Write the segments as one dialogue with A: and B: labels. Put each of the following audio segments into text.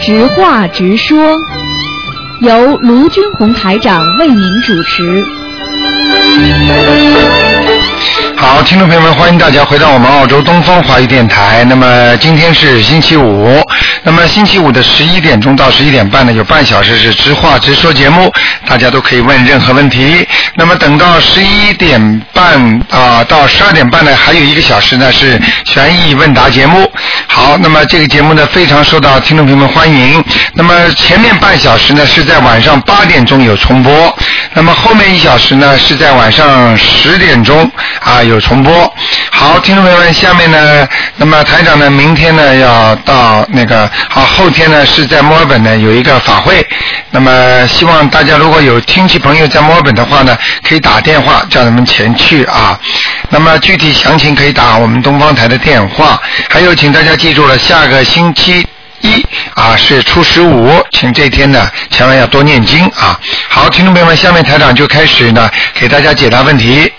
A: 直话直说，由卢军红台长为您主持。
B: 好，听众朋友们，欢迎大家回到我们澳洲东方华语电台。那么今天是星期五，那么星期五的十一点钟到十一点半呢，有半小时是直话直说节目，大家都可以问任何问题。那么等到十一点半啊、到十二点半呢，还有一个小时呢是悬疑问答节目。好，那么这个节目呢非常受到听众朋友们欢迎。那么前面半小时呢是在晚上八点钟有重播，那么后面一小时呢是在晚上十点钟啊有重播。好，听众朋友们，下面呢，那么台长呢，明天呢要到那个，好，后天呢是在墨尔本呢有一个法会，那么希望大家如果有亲戚朋友在墨尔本的话呢，可以打电话叫他们前去啊。那么具体详情可以打我们东方台的电话，还有请大家记住了，下个星期一啊是初十五，请这天呢千万要多念经啊。好，听众朋友们，下面台长就开始呢给大家解答问题。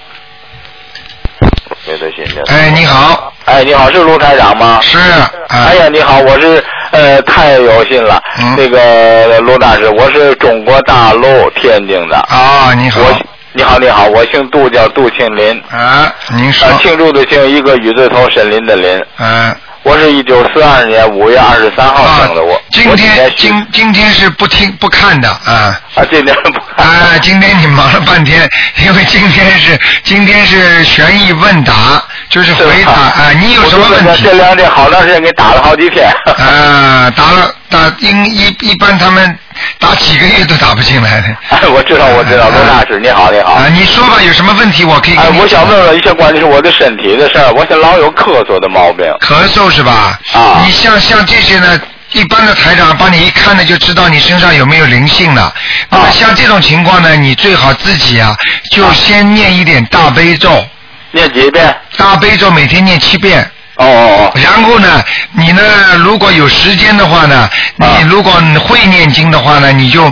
C: 刘德新的。
B: 哎，你好，
C: 哎，你好，是卢台长吗？
B: 是啊
C: 哎，呀，你好，我是呃，太有幸了。
B: 嗯
C: 这个卢大师，我是中国大陆天津的。
B: 啊，你好，
C: 我你好，你好，我姓杜，叫杜庆林。
B: 啊，您说
C: 呃，，庆祝的庆，一个雨字头，沈林的林。
B: 啊
C: 我是一九四二年五月二十三号
B: 啊
C: 生的，哦我。，
B: 今
C: 我今
B: 天
C: 年是
B: 今今天是不听不看的 啊。
C: 啊，今天不
B: 啊，今天你忙了半天， 因为今天是今天是悬疑问答，就是回答
C: 是吧
B: 啊，你有什么问
C: 我
B: 题
C: 这？两天好长时间给打了好几天。
B: 啊，答了答，应一一般他们打几个月都打不进来的。
C: 哎， 我知道，我知道，卢大师，你好，你好。
B: 啊，你说吧，有什么问题我可以给
C: 哎，
B: 你
C: 我
B: 讲
C: 想问问一下关于是我的身体的事儿，我想老有咳嗽的毛病。
B: 咳嗽是吧？
C: 啊
B: 你像像这些呢，一般的台长帮你一看呢就知道你身上有没有灵性了。那么
C: 啊
B: 像这种情况呢，你最好自己啊，就先念一点大悲咒，
C: 念几遍？
B: 大悲咒每天念七遍。
C: 哦哦哦，
B: 然后呢，你呢，如果有时间的话呢，你
C: 啊
B: 如果会念经的话呢，你就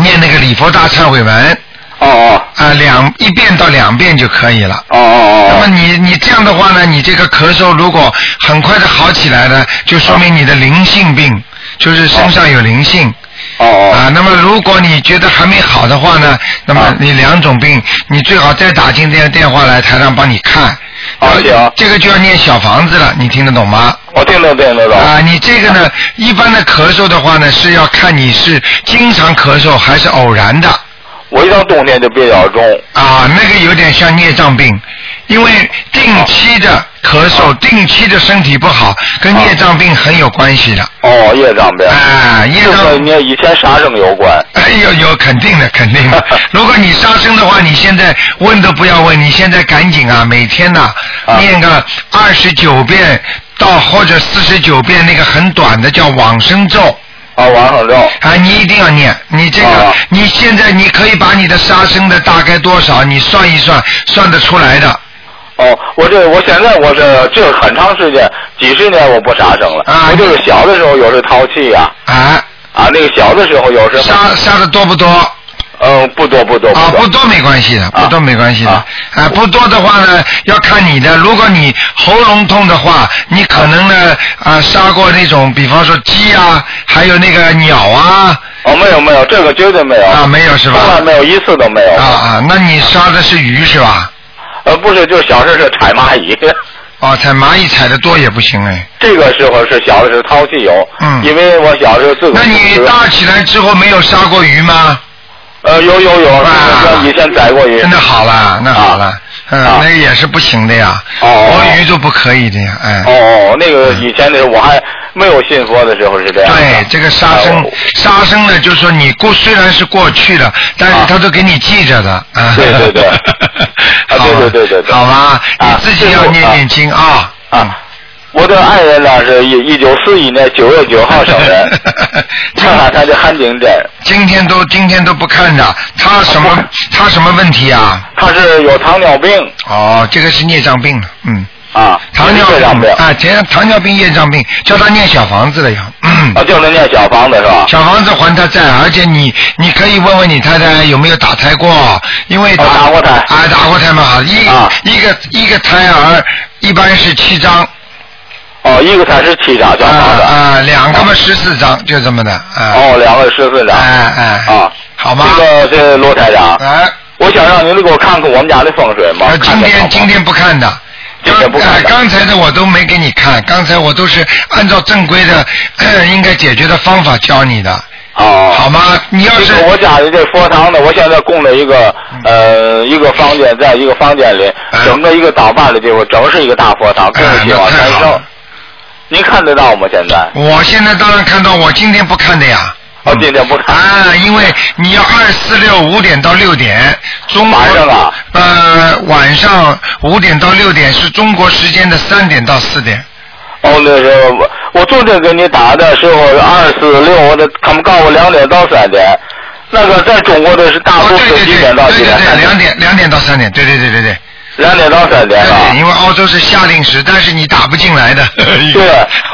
B: 念那个礼佛大忏悔文
C: 哦哦
B: 啊、两一遍到两遍就可以了。
C: 哦
B: 那么
C: 哦
B: 你你这样的话呢，你这个咳嗽如果很快的好起来呢，就说明你的灵性病，就是身上有灵性
C: 哦哦
B: 啊。那么如果你觉得还没好的话呢，那
C: 啊
B: 么你两种病，你最好再打进这个电话来，台上帮你看。
C: 哦行
B: 这个就要念小房子了，你听得懂吗？
C: 哦，我听得懂听得懂。
B: 啊，你这个呢，一般的咳嗽的话呢，是要看你是经常咳嗽还是偶然的
C: 我一到冬天就比较重。
B: 啊，那个有点像孽障病，因为定期的咳
C: 哦
B: 嗽、定期的身体不好，跟孽障病很有关系的。
C: 哦，业障病。
B: 啊，孽
C: 就
B: 障
C: 是你以前杀生有关。
B: 哎呦呦，肯定的， 肯定的。如果你杀生的话，你现在问都不要问，你现在赶紧啊，每天呐、
C: 啊
B: 念个二十九遍到或者四十九遍那个很短的叫往生咒。
C: 啊，往上咒。
B: 啊，你一定要念，你这个，
C: 哦
B: 你现在你可以把你的杀生的大概多少，你算一算，算得出来的。
C: 哦，我这我现在我这这很长时间，几十年我不杀生了。
B: 啊
C: 我就是小的时候有时淘气呀、
B: 啊，
C: 啊，那个小的时候有时候，
B: 杀啊杀的多不多？啊，
C: 嗯，不多不多
B: 不
C: 多。
B: 多没关系的，不多没关系的。
C: 啊
B: 啊，不多的话呢，要看你的。如果你喉咙痛的话，你可能呢，啊，杀过那种，比方说鸡啊，还有那个鸟啊，
C: 哦，没有没有，这个绝对没有。
B: 啊，没有是
C: 从来
B: 吧？
C: 没有一次都没有。
B: 啊啊，那你杀的是鱼是吧？
C: 呃，不是，就是小时候是踩蚂蚁，
B: 哦，踩蚂蚁踩的多也不行哎。
C: 这个时候是小的时候淘气有，
B: 嗯
C: 因为我小时候自个
B: 那
C: 儿
B: 你
C: 吃
B: 大起来之后没有杀过鱼吗？
C: 呃有有有，
B: 啊
C: 以前宰过鱼，
B: 那好了，那好了，嗯，
C: 啊
B: 那个也是不行的呀，
C: 哦
B: 活
C: 哦
B: 鱼都不可以的呀，哎。
C: 哦哦，那个以前的时候我还没有信佛的时候是这样的，
B: 对，这个杀
C: 啊
B: 生
C: 我，
B: 杀生呢，就是说你过虽然是过去了，但是
C: 啊
B: 他都给你记着的。啊
C: 对对 对
B: 好吧
C: 啊对对对对对
B: 好吧，你
C: 啊
B: 自己要
C: 师傅
B: 念
C: 啊
B: 念经啊。
C: 啊，我的爱人呢是一一九四一年九月九号生 啊人，看看他的汉景镇，
B: 今天都今天都不看的，他什
C: 啊
B: 么他什么问题啊？
C: 他是有糖尿病
B: 哦，这个是孽障病了，嗯，
C: 啊，
B: 糖尿
C: 这样
B: 病
C: 病
B: 啊，糖糖尿病、孽障病，叫他念小房子了呀。嗯
C: 啊，就是念小房子是吧？
B: 小房子还他债，而且你你可以问问你太太有没有打胎过，因为打、
C: 哦打过胎
B: 啊，打过胎嘛，一、
C: 啊
B: 一个一个胎儿一般是七张
C: 哦，一个才是七张小
B: 啊
C: 房子。
B: 啊，两个嘛十四张，就这么的啊。
C: 哦，两个十四张。
B: 哎哎
C: 啊，
B: 好吗？
C: 这个这个罗台长，
B: 哎，
C: 我想让您给我看看我们家的风水嘛。
B: 啊，今
C: 看看好
B: 天
C: 不好
B: 今天不看的。
C: 今天不看
B: 哎
C: 的
B: 刚才的我都没给你看，刚才我都是按照正规的、 呃应该解决的方法教你的，
C: 哦，
B: 好吗？你要嗯是
C: 这个我家里这佛堂呢，我现在供了一个呃一个房间，在一个房间里
B: 嗯，
C: 整个一个大半的地方，整是一个大佛堂，供
B: 哎
C: 了希
B: 那
C: 望
B: 太
C: 三
B: 好
C: 圣
B: 了。
C: 您看得到吗？现在？
B: 我现在当然看到，我今天不看的 呀。
C: 哦，今天不看。
B: 啊，因为你要二四六五点到六点，中国
C: 晚上啊
B: 呃晚上五点到六点是中国时间的三点到四点。
C: 哦，那是我我昨天给你打的时候二四六，我的他们告诉我两点到三点，那个在中国的是大
B: 哦，
C: 陆
B: 对
C: 是
B: 对对，
C: 几啊点到
B: 对
C: 几
B: 对
C: 点？
B: 对，两点两点到三点，对对对对对。
C: 两点到三点
B: 对，
C: 啊。
B: 因为澳洲是夏令时，但是你打不进来的。
C: 对，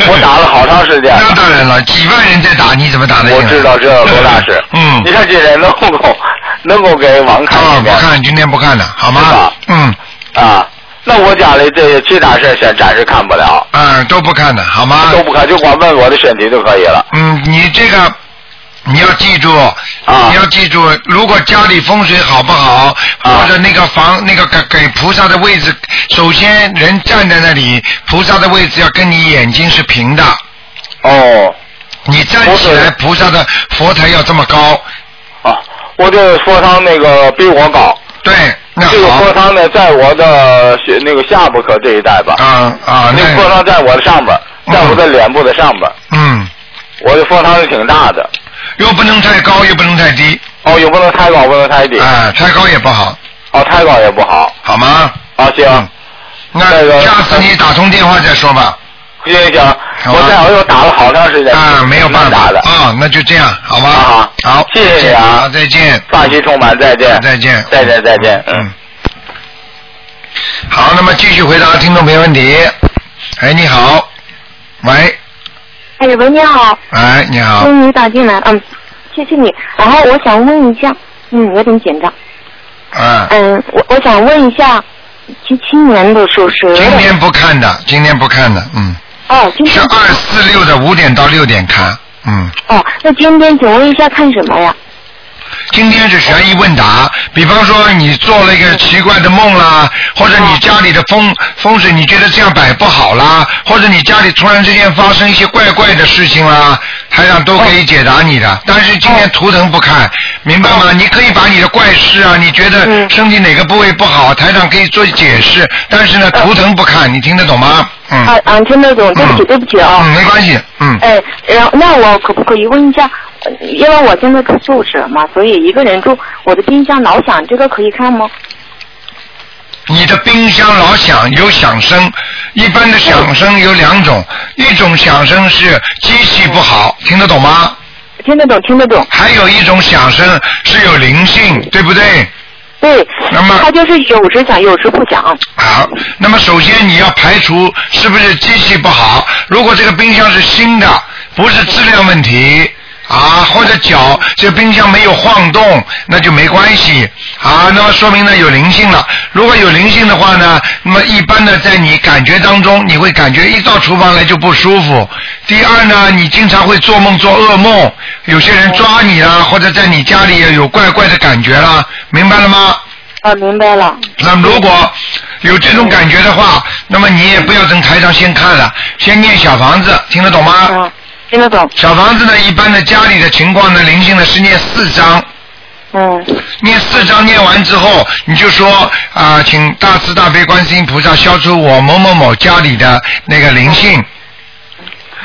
C: 我打了好长时间。
B: 那当然了，几万人在打，你怎么打得进
C: 我
B: 来？，
C: 知道这罗大师
B: 嗯
C: 你。看这人能够能够给网看
B: 啊，
C: 一
B: 不
C: 遍
B: 看，今天不看了，好
C: 是
B: 吗
C: 吧？
B: 嗯，
C: 啊，那我家里这其他事儿先暂时看不了，
B: 啊，都不看的，好吗？
C: 都不看，就光问我的身体就可以了。
B: 嗯，你这个你要记住，
C: 啊
B: 你要记住，如果家里风水好不好，
C: 啊
B: 或者那个房那个给给菩萨的位置，首先人站在那里，菩萨的位置要跟你眼睛是平的，
C: 哦，
B: 你站起来，菩萨的佛台要这么高，
C: 啊，我这佛堂那个比我高，
B: 对，那
C: 这个
B: 啊好
C: 佛，堂呢在我的血那个下巴颏这一带吧，
B: 啊啊，
C: 那个佛
B: 那
C: 堂在我的上边儿，在我的
B: 嗯
C: 脸部的上边儿，
B: 嗯，
C: 我的佛堂是挺大的，
B: 又不能太高，又不能太低，
C: 哦，也不能太高，不能太低，
B: 啊，太高也不好，
C: 哦，太高也不好，
B: 好吗？
C: 啊，行。
B: 嗯
C: 那
B: 那
C: 个
B: 下次你打通电话再说吧，
C: 行行，
B: 好吧
C: 我在我又打了好长时间
B: 啊，没有办法
C: 打的，
B: 啊，那就这样，好吗？
C: 啊
B: 好，
C: 谢谢你啊
B: 好，再见，
C: 发心充满，再见，
B: 再见，
C: 再见，再见，
B: 嗯。好，那么继续回答听众朋友问题。哎，你好，喂，
D: 哎，喂，你好，
B: 哎，你好，
D: 终于打进来，嗯，谢谢你。然后我想问一下，嗯，有点紧张，
B: 啊，
D: 嗯，我我想问一下，七七年的属蛇
B: 今
D: 的，
B: 天不看的，今天不看的，嗯，
D: 哦，今
B: 是
D: 天
B: 二四六的五点到六点看，嗯，
D: 哦，那今天请问一下看什么呀？
B: 今天是悬疑问答，比方说你做了一个奇怪的梦啦，或者你家里的风风水你觉得这样摆不好啦，或者你家里突然之间发生一些怪怪的事情啦，台长都可以解答你的。但是今天图腾不看，明白吗？你可以把你的怪事啊，你觉得
D: 嗯
B: 身体哪个部位不好，台长可以做解释。但是呢，图腾不看，你听得懂吗？
D: 啊
B: 嗯，
D: 啊，听得懂，对不起，对不起啊、
B: 嗯，没关系，嗯，
D: 哎，然后那我可不可以问一下，呃因为我现在住宿舍嘛，所以一个人住，我的冰箱老响，这个可以看吗？
B: 你的冰箱老响有响声，一般的响声有两种，一种响声是机器不好，听得懂吗？
D: 听得懂，听得懂。
B: 还有一种响声是有灵性，对不对？
D: 对，
B: 那么
D: 它就是有时响，有时不响。
B: 好，啊那么首先你要排除是不是机器不好，如果这个冰箱是新的，不是质量问题。啊，或者脚这冰箱没有晃动，那就没关系啊。那么说明呢有灵性了。如果有灵性的话呢，那么一般呢在你感觉当中，你会感觉一到厨房来就不舒服。第二呢，你经常会做梦做噩梦，有些人抓你啦，或者在你家里有怪怪的感觉啦，明白了吗？
D: 啊，明白了。
B: 那么如果有这种感觉的话，那么你也不要等台上先看了，先念小房子，听得懂吗？
D: 啊，听得懂。
B: 小房子呢，一般的家里的情况呢，灵性呢是念四章，
D: 嗯，
B: 念四章念完之后，你就说啊、请大慈大悲观世音菩萨消除我某某某家里的那个灵性，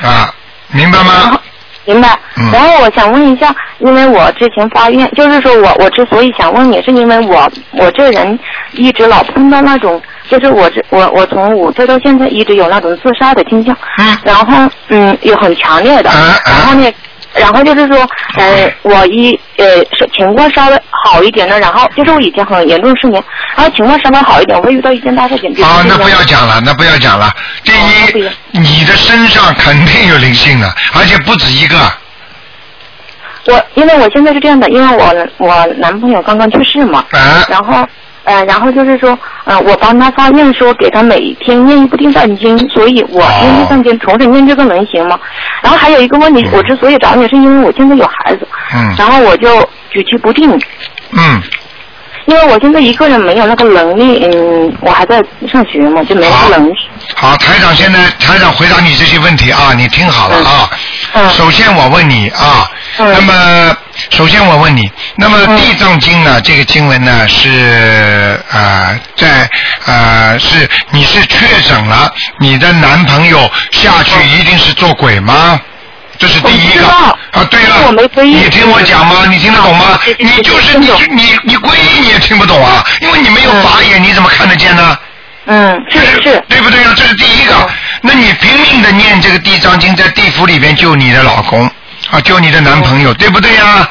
B: 啊，明白吗？
D: 明白
B: 嗯。
D: 然后我想问一下，因为我之前发愿，就是说我我之所以想问你，是因为我我这人一直老碰到那种，就是我这我我从五岁到现在一直有那种自杀的倾向，
B: 嗯
D: 然后嗯有很强烈的，
B: 啊啊嗯
D: 然后呢。然后就是说，呃，我一呃是情况稍微好一点呢，然后就是我以前很严重失眠，然后情况稍微好一点，我会遇到一件大事情。比如
B: 好，
D: 说
B: 那不要讲了，那不要讲了。第
D: 哦那不
B: 一
D: 要，
B: 你的身上肯定有灵性的，而且不止一个。
D: 我因为我现在是这样的，因为我我男朋友刚刚去世嘛，
B: 啊，
D: 然后呃，然后就是说，呃，我帮他发愿说给他每天念一部定善经，所以
B: 哦
D: 我念定善经，同时念这个能行吗？然后还有一个问题，我之所以找你是因为我现在有孩子，
B: 嗯
D: 然后我就举棋不定，
B: 嗯，
D: 因为我现在一个人没有那个能力，嗯，我还在上学嘛，就没那个能力。
B: 好，台长现在台长回答你这些问题啊，你听好了啊。
D: 嗯
B: 首先我问你啊，
D: 嗯
B: 那么首先我问你，那么《地藏经》呢，这个经文呢是呃在呃是你是确诊了，你的男朋友下去一定是做鬼吗？这是第一个
D: 我不知道
B: 啊，对了，
D: 因为我没皈依
B: 你听我讲吗？你听得懂吗？
D: 对对对
B: 你就是你
D: 听懂
B: 你你皈依你也听不懂啊，因为你没有法眼，你怎么看得见呢？
D: 嗯，是是是，
B: 对不对啊？这是第一个
D: 嗯。
B: 那你拼命的念这个地藏经，在地府里边救你的老公啊，救你的男朋友，对不对啊？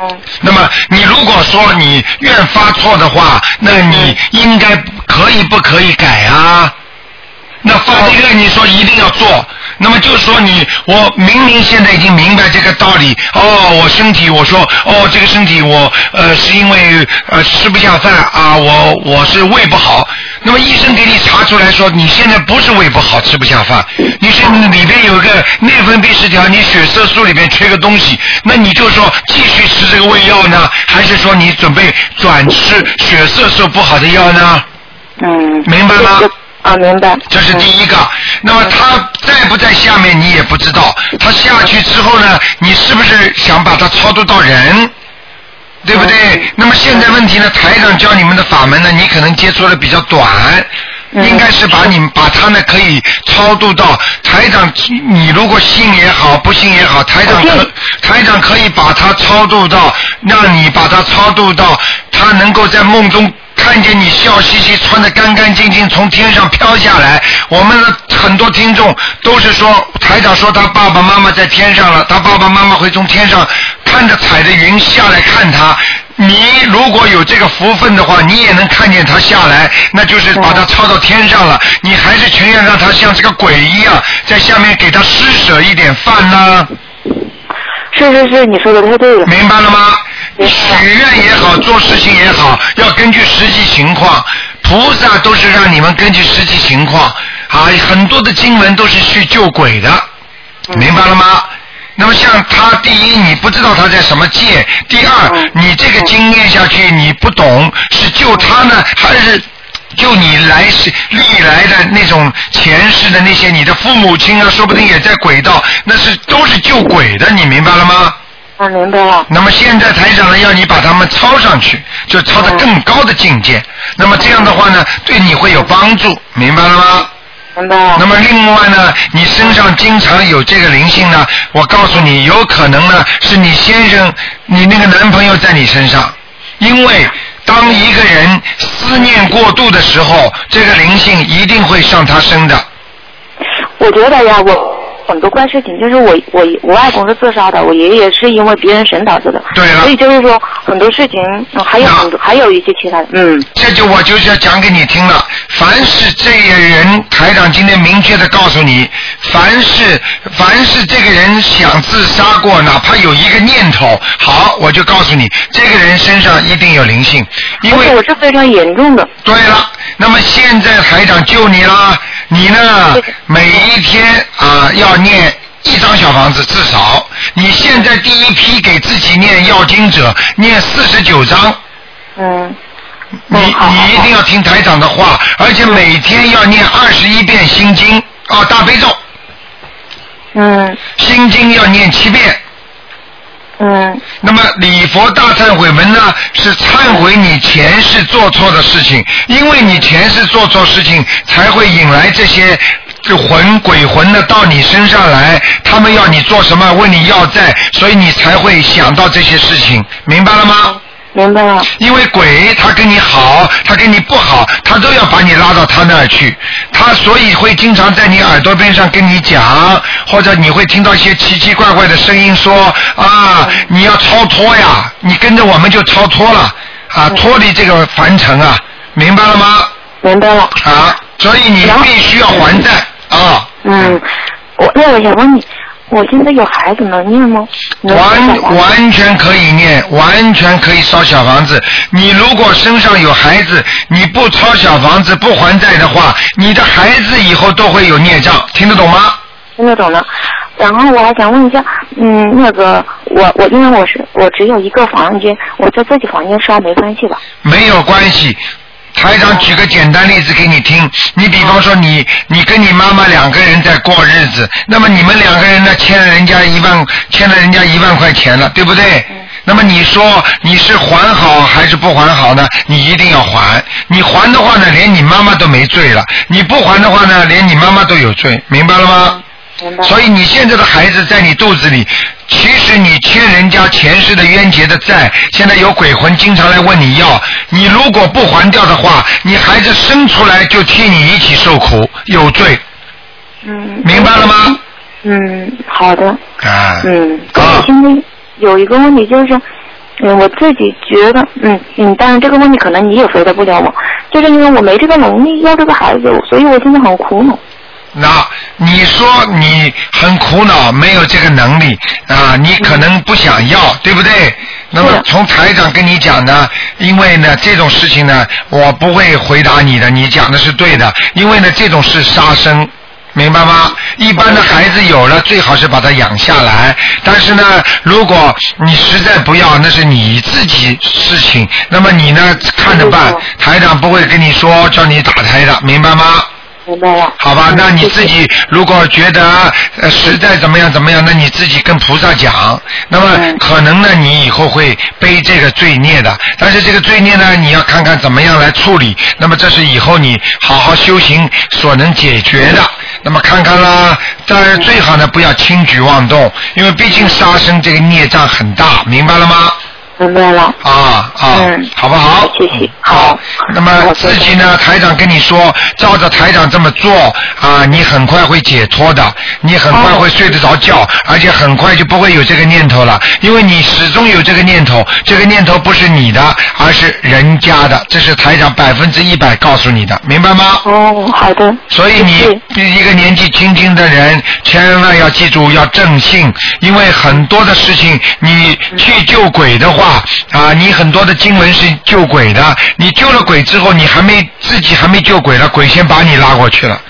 D: 嗯
B: 那么你如果说你愿发错的话，那你应该可以不可以改啊？那发这个你说一定要做，那么就说你我明明现在已经明白这个道理哦，我身体我说哦这个身体我呃是因为呃吃不下饭啊，我我是胃不好，那么医生给你查出来说你现在不是胃不好吃不下饭，你是里边有一个内分泌失调，你血色素里边缺个东西，那你就说继续吃这个胃药呢，还是说你准备转吃血色素不好的药呢？
D: 嗯，
B: 明白吗
D: 这个啊，明白。
B: 这是第一个。那么他在不在下面你也不知道，他下去之后呢，你是不是想把他超度到人？对不对？那么现在问题呢，台长教你们的法门呢，你可能接触的比较短，
D: 嗯
B: 应该是把你们把他呢可以超度到台长，你如果信也好，不信也好，台长可
D: 对
B: 台长可以把他超度到，让你把他超度到，他能够在梦中。看见你笑嘻嘻，穿得干干净净，从天上飘下来。我们的很多听众都是说，台长说他爸爸妈妈在天上了，他爸爸妈妈会从天上看着踩着云下来看他。你如果有这个福分的话，你也能看见他下来，那就是把他抄到天上了。你还是情愿让他像这个鬼一样，在下面给他施舍一点饭呢、
D: 是是是，你说的太对了。
B: 明白了吗？
D: 明白
B: 许愿也好，做事情也好，要根据实际情况。菩萨都是让你们根据实际情况啊，很多的经文都是去救鬼的，
D: 嗯
B: 明白了吗？那么像他，第一你不知道他在什么界，第二
D: 嗯
B: 你这个经验下去你不懂是救他呢，还是就你来世历来的那种前世的那些你的父母亲啊，说不定也在鬼道，那是都是救鬼的，你明白了吗？
D: 啊，明白了。
B: 那么现在台长呢，要你把他们抄上去，就抄到更高的境界。那么这样的话呢，对你会有帮助，明白了吗？
D: 明白
B: 那
D: 了。
B: 么另外呢，你身上经常有这个灵性呢，我告诉你，有可能呢是你先生，你那个男朋友在你身上，因为当一个人思念过度的时候，这个灵性一定会上他身的。
D: 我觉得呀，我很多怪事情，就是我我我外公是自杀的，我爷爷是因为别人神导致的。
B: 对啊了
D: 所以就是说很多事情，嗯还有很多还有一些其他的，嗯
B: 这就我就是要讲给你听了。凡是这个人，台长今天明确的告诉你，凡是凡是这个人想自杀过，哪怕有一个念头，好，我就告诉你，这个人身上一定有灵性，因
D: 而
B: 为
D: 且我是非常严重的。
B: 对了，那么现在台长救你啦，你呢
D: 谢谢
B: 每一天啊、要念一张小房子至少，你现在第一批给自己念要经者念四十九章。
D: 嗯，
B: 你
D: 嗯好好
B: 你一定要听台长的话，而且每天要念二十一遍心经啊、大悲咒，
D: 嗯
B: 心经要念七遍。
D: 嗯
B: 那么礼佛大忏悔文呢，是忏悔你前世做错的事情，因为你前世做错事情，才会引来这些魂鬼魂呢到你身上来，他们要你做什么，问你要债，所以你才会想到这些事情，明白了吗？
D: 明白了。
B: 因为鬼他跟你好，他跟你不好，他都要把你拉到他那儿去。他所以会经常在你耳朵边上跟你讲，或者你会听到一些奇奇怪怪的声音说啊，你要超脱呀，你跟着我们就超脱了啊，脱离这个凡尘啊，明白了吗？
D: 明白了。
B: 啊，所以你必须要还债啊。
D: 嗯嗯，我那我想问你，我现在有孩子能念吗？能念
B: 完
D: 吗
B: 完全可以念，完全可以烧小房子。你如果身上有孩子，你不烧小房子不还债的话，你的孩子以后都会有孽障，听得懂吗？
D: 听得懂了。然后我还想问一下，嗯，那个我我因为我是我只有一个房间，我在自己房间烧没关系吧？
B: 没有关系。台长举个简单例子给你听，你比方说你你跟你妈妈两个人在过日子，那么你们两个人呢欠了人家一万欠了人家一万块钱了，对不对？那么你说你是还好还是不还好呢？你一定要还，你还的话呢，连你妈妈都没罪了；你不还的话呢，连你妈妈都有罪，明白了吗？
D: 明白。
B: 所以你现在的孩子在你肚子里，其实你欠人家前世的冤结的债，现在有鬼魂经常来问你要，你如果不还掉的话，你孩子生出来就替你一起受苦，有罪，
D: 嗯，
B: 明白了吗？
D: 嗯，好的。
B: 啊，
D: 嗯，但
B: 啊
D: 我现在有一个问题就是，嗯，我自己觉得，嗯嗯，当然这个问题可能你也回答不了我，就是因为我没这个能力要这个孩子，所以我现在很苦恼。
B: 那你说你很苦恼，没有这个能力啊，你可能不想要，对不对？那么
D: 嗯是
B: 从台长跟你讲呢，因为呢这种事情呢，我不会回答你的，你讲的是对的，因为呢这种是杀生。明白吗？一般的孩子有了，最好是把他养下来。但是呢，如果你实在不要，那是你自己事情。那么你呢，看着办
D: 没错。
B: 台长不会跟你说叫你打胎的，明白吗？
D: 明白了。
B: 好吧，
D: 嗯
B: 那你
D: 谢谢嗯
B: 自己如果觉得呃实在怎么样怎么样，那你自己跟菩萨讲。那么
D: 嗯
B: 可能呢，你以后会背这个罪孽的。但是这个罪孽呢，你要看看怎么样来处理。那么这是以后你好好修行所能解决的。那么看看啦，当
D: 嗯
B: 然最好呢不要轻举妄动，因为毕竟杀生这个孽障很大，明白了吗？
D: 明白了。
B: 啊啊，
D: 嗯
B: 好不好？
D: 谢谢
B: 好
D: 好。
B: 那么自己呢？台长跟你说，照着台长这么做啊，你很快会解脱的，你很快会睡得着觉，而且很快就不会有这个念头了，因为你始终有这个念头，这个念头不是你的，而是人家的，这是台长百分之一百告诉你的，明白吗？
D: 哦，好的。
B: 所以
D: 谢
B: 你一个年纪轻轻的人，千万要记住要正信，因为很多的事情你去救鬼的话啊，你很多的经文是救鬼的，你救了鬼之后，你还没自己还没救鬼了，鬼先把你拉过去了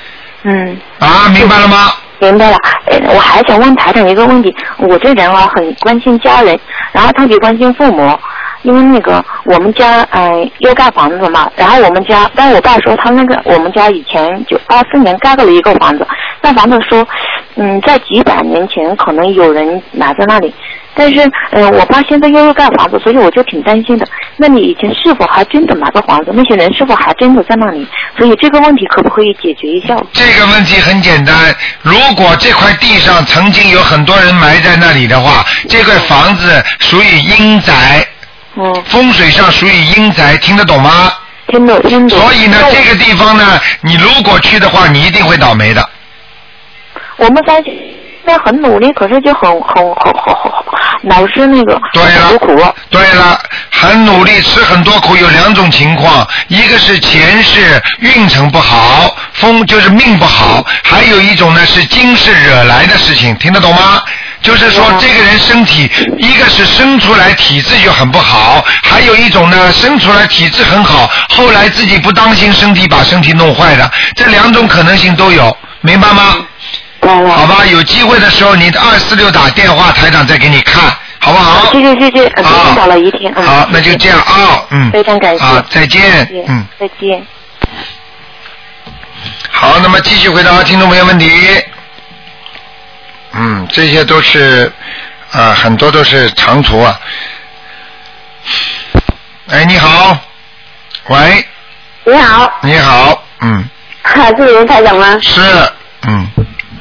D: 嗯。
B: 啊，明白了吗？
D: 明白了，哎，我还想问台长一个问题。我这人啊，很关心家人，然后特别关心父母，因为那个我们家，呃，又盖房子嘛，然后我们家，但我爸说他那个我们家以前就八四年盖了一个房子，那房子说，嗯，在几百年前可能有人埋在那里，但是，嗯、我爸现在又要盖房子，所以我就挺担心的。那你以前是否还真的买过房子？那些人是否还真的在那里？所以这个问题可不可以解决一下？
B: 这个问题很简单，如果这块地上曾经有很多人埋在那里的话，这块房子属于阴宅，
D: 嗯，
B: 风水上属于阴宅，听得懂吗？
D: 听懂听懂。
B: 所以呢
D: 那，我
B: 这个地方呢，你如果去的话，你一定会倒霉的。
D: 我们三在很努力，可是就很很很很很老是那个
B: 对
D: 很
B: 了
D: 苦，
B: 对了，很努力，吃很多苦，有两种情况，一个是前世运程不好，风就是命不好，还有一种呢是今世惹来的事情，听得懂吗？就是说，
D: 嗯
B: 这个人身体，一个是生出来体质就很不好，还有一种呢，生出来体质很好，后来自己不当心身体把身体弄坏了，这两种可能性都有，明白吗？
D: 对了。
B: 好吧，有机会的时候你二四六打电话，台长再给你看，好不好？
D: 谢谢谢谢，呃
B: 啊
D: 听到了一天，嗯
B: 好，那就这样啊，嗯，
D: 非常感谢
B: 啊，再见
D: 谢谢，
B: 嗯，，
D: 再见。
B: 好，那么继续回答听众朋友问题。嗯，这些都是啊、很多都是长途啊。哎，你好，喂，
E: 你好，
B: 你好，嗯，
E: 是卢台长吗？
B: 是，嗯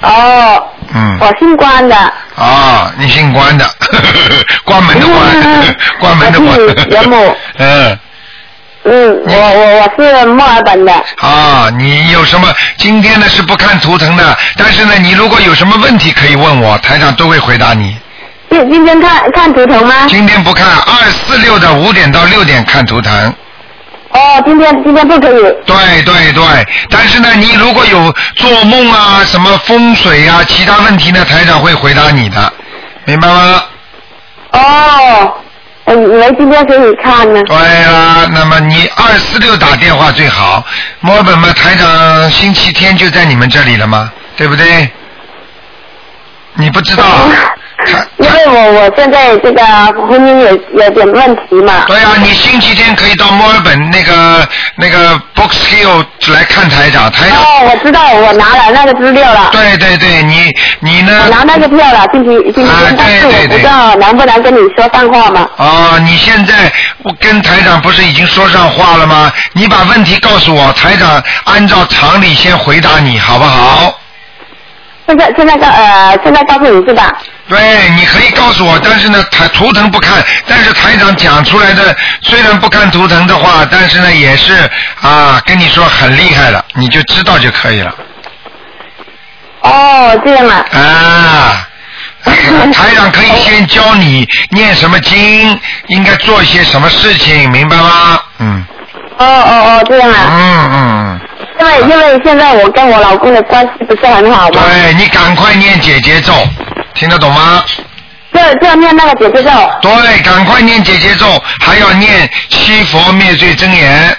E: 哦，
B: 嗯，
E: 我姓关的。
B: 啊，你姓关的， 关门的关，关门的
E: 我
B: 关
E: 是。袁某。
B: 嗯，
E: 嗯，我我我是墨尔本的。
B: 啊，你有什么？今天呢是不看图腾的，但是呢，你如果有什么问题可以问我，台长都会回答你。
E: 今今天
D: 啊
E: 看看图腾吗？
B: 今天不看，二四六的五点到六点看图腾。
E: 哦，
D: 哦，今天今天不可以。
B: 对对对，但是呢，你如果有做梦啊、什么风水啊、其他问题呢，台长会回答你的，明白吗？
D: 哦，嗯，没今天可以看呢。
B: 对啦，那么你二四六打电话最好。墨尔本嘛，台长星期天就在你们这里了吗？对不对？你不知道啊？台
D: 因为我我现在这个婚姻有有点问题嘛。
B: 对啊，你星期天可以到墨尔本那个那个 Box Hill 来看台长，台长。
D: 哦，我知道，我拿了那个资料了，
B: 哎对对对，你你呢？
D: 我拿那个票了，星期星期
B: 啊
D: 天，但是
B: 对对
D: 我不
B: 对
D: 知道能不能跟你说上话嘛。
B: 哦，你现在我跟台长不是已经说上话了吗？你把问题告诉我，台长按照常理先回答你，好不好？
D: 现在现在告呃，现在告诉你是吧？
B: 对，你可以告诉我，但是呢，台图腾不看，但是台长讲出来的虽然不看图腾的话，但是呢也是啊，跟你说很厉害了，你就知道就可以了
D: 哦，这样啊。
B: 啊。台长可以先教你念什么经，应该做一些什么事情，明白吗？嗯
D: 哦哦哦，这样啊。
B: 嗯嗯。嗯
D: 因为因为现在我跟我老公的关系不是很好嘛，
B: 对你赶快念姐姐咒，听得懂吗？
D: 就就念那个姐姐咒。
B: 对，赶快念姐姐咒，还要念七佛灭罪真言。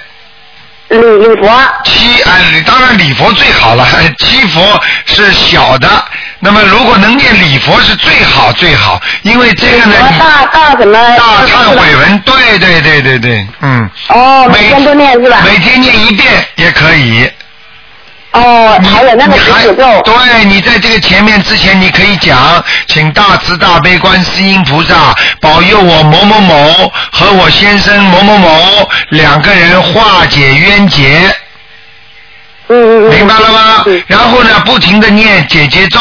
D: 李李博，
B: 七啊，礼当然礼佛最好了， 七佛是小的。那么如果能念礼佛是最好最好，因为这个呢，
D: 我
B: 你
D: 大大什么？
B: 大忏悔文，对对对对对，嗯，
D: 哦，每天都念是吧？
B: 每天念一遍也可以。
D: 哦，
B: 你
D: 还有那个
B: 你还
D: 解姐咒。
B: 对你在这个前面之前，你可以讲，请大慈大悲观世音菩萨保佑我某某某和我先生某某某两个人化解冤结，
D: 嗯嗯嗯。
B: 明白了吗
D: 嗯？
B: 然后呢，不停的念姐姐咒，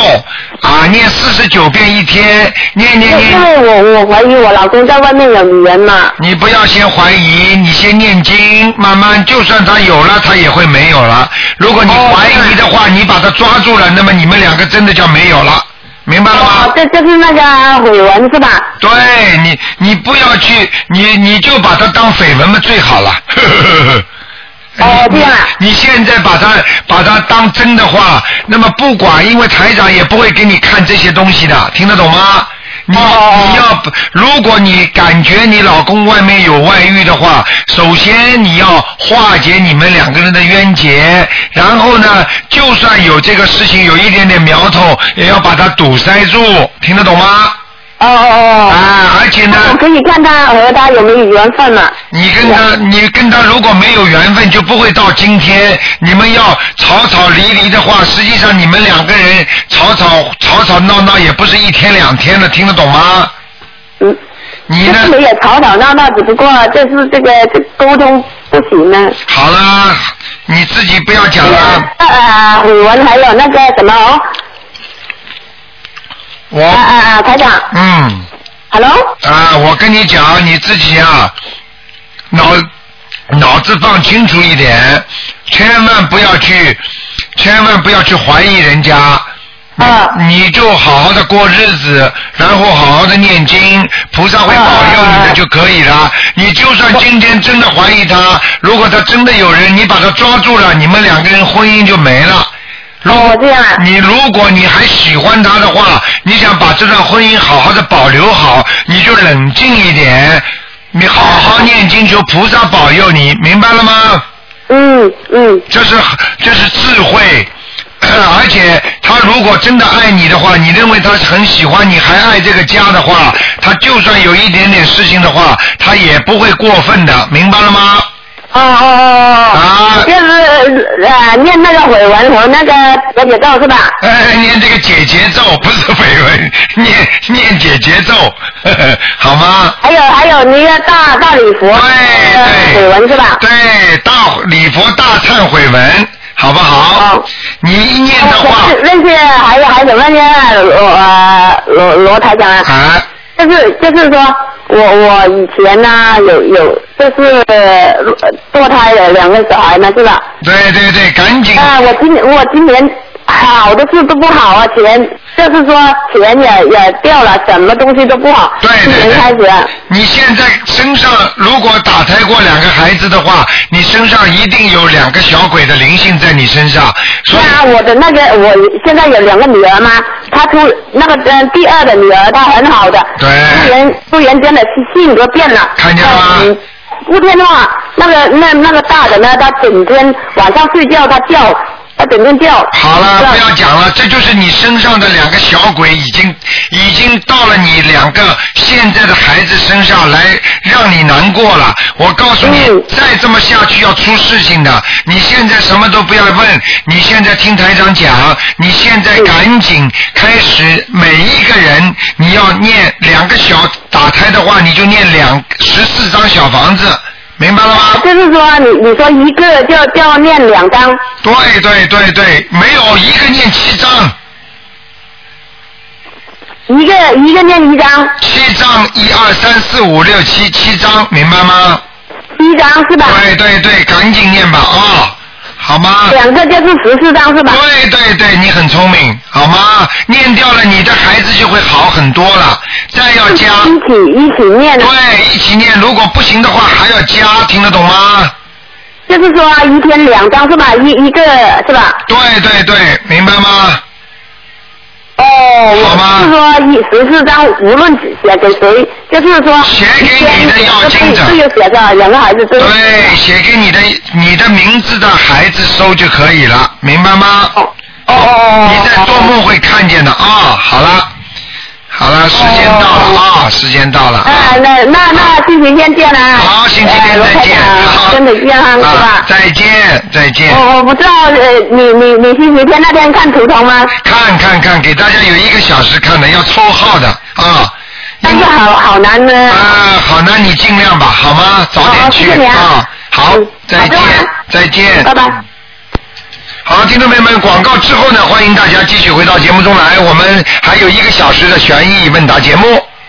B: 啊，念四十九遍一天，念念
D: 因
B: 念。
D: 为我我怀疑我老公在外面有女人嘛。
B: 你不要先怀疑，你先念经，慢慢，就算他有了，他也会没有了。如果你
D: 哦
B: 怀疑的话，你把他抓住了，那么你们两个真的叫没有了，明白了吗？
D: 哦，这就是那个绯闻是吧？
B: 对你，你不要去，你你就把它当绯闻嘛最好了。 呵呵呵呵
D: 哦
B: 哎你
D: 对了
B: 你你现在把它把它当真的话，那么不管，因为台长也不会给你看这些东西的，听得懂吗？你
D: 哦
B: 你要，如果你感觉你老公外面有外遇的话，首先你要化解你们两个人的冤结，然后呢，就算有这个事情有一点点苗头，也要把它堵塞住，听得懂吗？
D: 哦哦
B: 啊，而且
D: 哦。
B: 呢，
D: 那我可以看他和他有没有缘分嘛？
B: 你跟他，你跟他如果没有缘分，就不会到今天。你们要吵吵离离的话，实际上你们两个人吵吵吵吵闹闹也不是一天两天的，听得懂吗？
D: 嗯，
B: 你
D: 就
B: 呢
D: 是？没有吵吵闹闹，只不过就是这个这沟通不行呢。
B: 好啦，你自己不要讲了。
D: 呃呃，绯闻还有那个什么哦，啊
B: 我，
D: 啊啊，台长
B: 嗯，
D: ，hello，
B: 啊，我跟你讲，你自己啊，脑脑子放清楚一点，千万不要去，千万不要去怀疑人家。嗯
D: 啊
B: 你就好好的过日子，然后好好的念经，菩萨会保佑你的就可以了。你就算今天真的怀疑他，如果他真的有人，你把他抓住了，你们两个人婚姻就没了。如
D: 哦这样啊
B: 你如果你还喜欢他的话，你想把这段婚姻好好的保留好，你就冷静一点，你好好念经，求菩萨保佑你，明白了吗？
D: 嗯嗯，
B: 这是这是智慧。 而且他如果真的爱你的话，你认为他很喜欢你，还爱这个家的话，他就算有一点点事情的话，他也不会过分的，明白了吗？
D: 哦哦哦
B: 啊
D: 哦，就，是呃念那个绯闻和那个解姐咒是吧？
B: 哎，念这个姐姐咒 不是绯闻， 念念姐姐咒， 呵呵好吗？
D: 还有还有那个大大礼佛，
B: 对对，
D: 绯闻是吧？
B: 对，大礼佛大忏悔文，好不好
D: 好？
B: 你一念的话
D: 哦，那那些还有还有什么呢？罗呃罗罗台长啊，
B: 啊，
D: 就是就是说我我以前呢、有有就是呃堕胎了两个小孩嘛是吧？
B: 对对对，赶紧
D: 啊、我今我今年好的事都不好啊，钱就是说钱也也掉了，什么东西都不好。
B: 对
D: 去
B: 对
D: 年开
B: 对
D: 始，，啊
B: 你现在身上如果打胎过两个孩子的话，你身上一定有两个小鬼的灵性在你身上，
D: 是
B: 所以
D: 啊，我的那个我现在有两个女儿嘛，她出那个呃第二的女儿她很好的，
B: 对
D: 突然突然间的性格变了，
B: 看见了吗
D: 嗯不天的话，那个那那个大的呢，她整天晚上睡觉她叫，她整天叫。
B: 好了，
D: 是啊吧
B: 不要讲了，这就是你身上的两个小鬼已经已经到了你两个现在的孩子身上来，让你难过了。我告诉你，
D: 嗯
B: 再这么下去要出事情的。你现在什么都不要问，你现在听台长讲，你现在赶
D: 嗯
B: 紧开始，每一个人你要念两个小打胎的话，你就念两十四张小房子，明白了吗？
D: 就是说你你说一个就就要念两张，
B: 对对对对，没有一个念七张。
D: 一个一个念一张，
B: 七张，一二三四五六七，七张，明白吗？
D: 一张是吧？
B: 对对对，赶紧念吧啊、好吗？
D: 两个就是十四张是吧？
B: 对对对，你很聪明，好吗？念掉了，你的孩子就会好很多了。再要加，
D: 一起一起念，
B: 对，一起念。如果不行的话，还要加，听得懂吗？
D: 就是说一天两张是吧？一一个是吧？
B: 对对对，明白吗？
D: 哦，
B: 好吗
D: 我是说一十四张，无论写给谁，就是说
B: 写给你的要经者
D: 是有写的，两个孩子都
B: 对，写给你的你的名字的孩子收就可以了，明白吗？
D: 哦哦哦，
B: 你在做梦会看见的啊、好了，好了，时间到了
D: 哦
B: 啊、时间到了。
D: 啊，那那那星期天见啦！
B: 好，星期天再见。好，
D: 呃、身体健康是
B: 啊
D: 吧？
B: 再见，再见。
D: 我我不知道，呃，你你你星期天那天看图腾吗？
B: 看看看，给大家有一个小时看的，要抽号的啊。
D: 但是好好难呢。
B: 啊，好，那你尽量吧，好吗？早点
D: 嗯好
B: 去
D: 谢谢你啊
B: 啊。好
D: 嗯，
B: 再
D: 好
B: 见
D: 的啊，
B: 再见。
D: 拜拜。
B: 好，听众朋友们，广告之后呢，欢迎大家继续回到节目中来，我们还有一个小时的悬疑问答节目。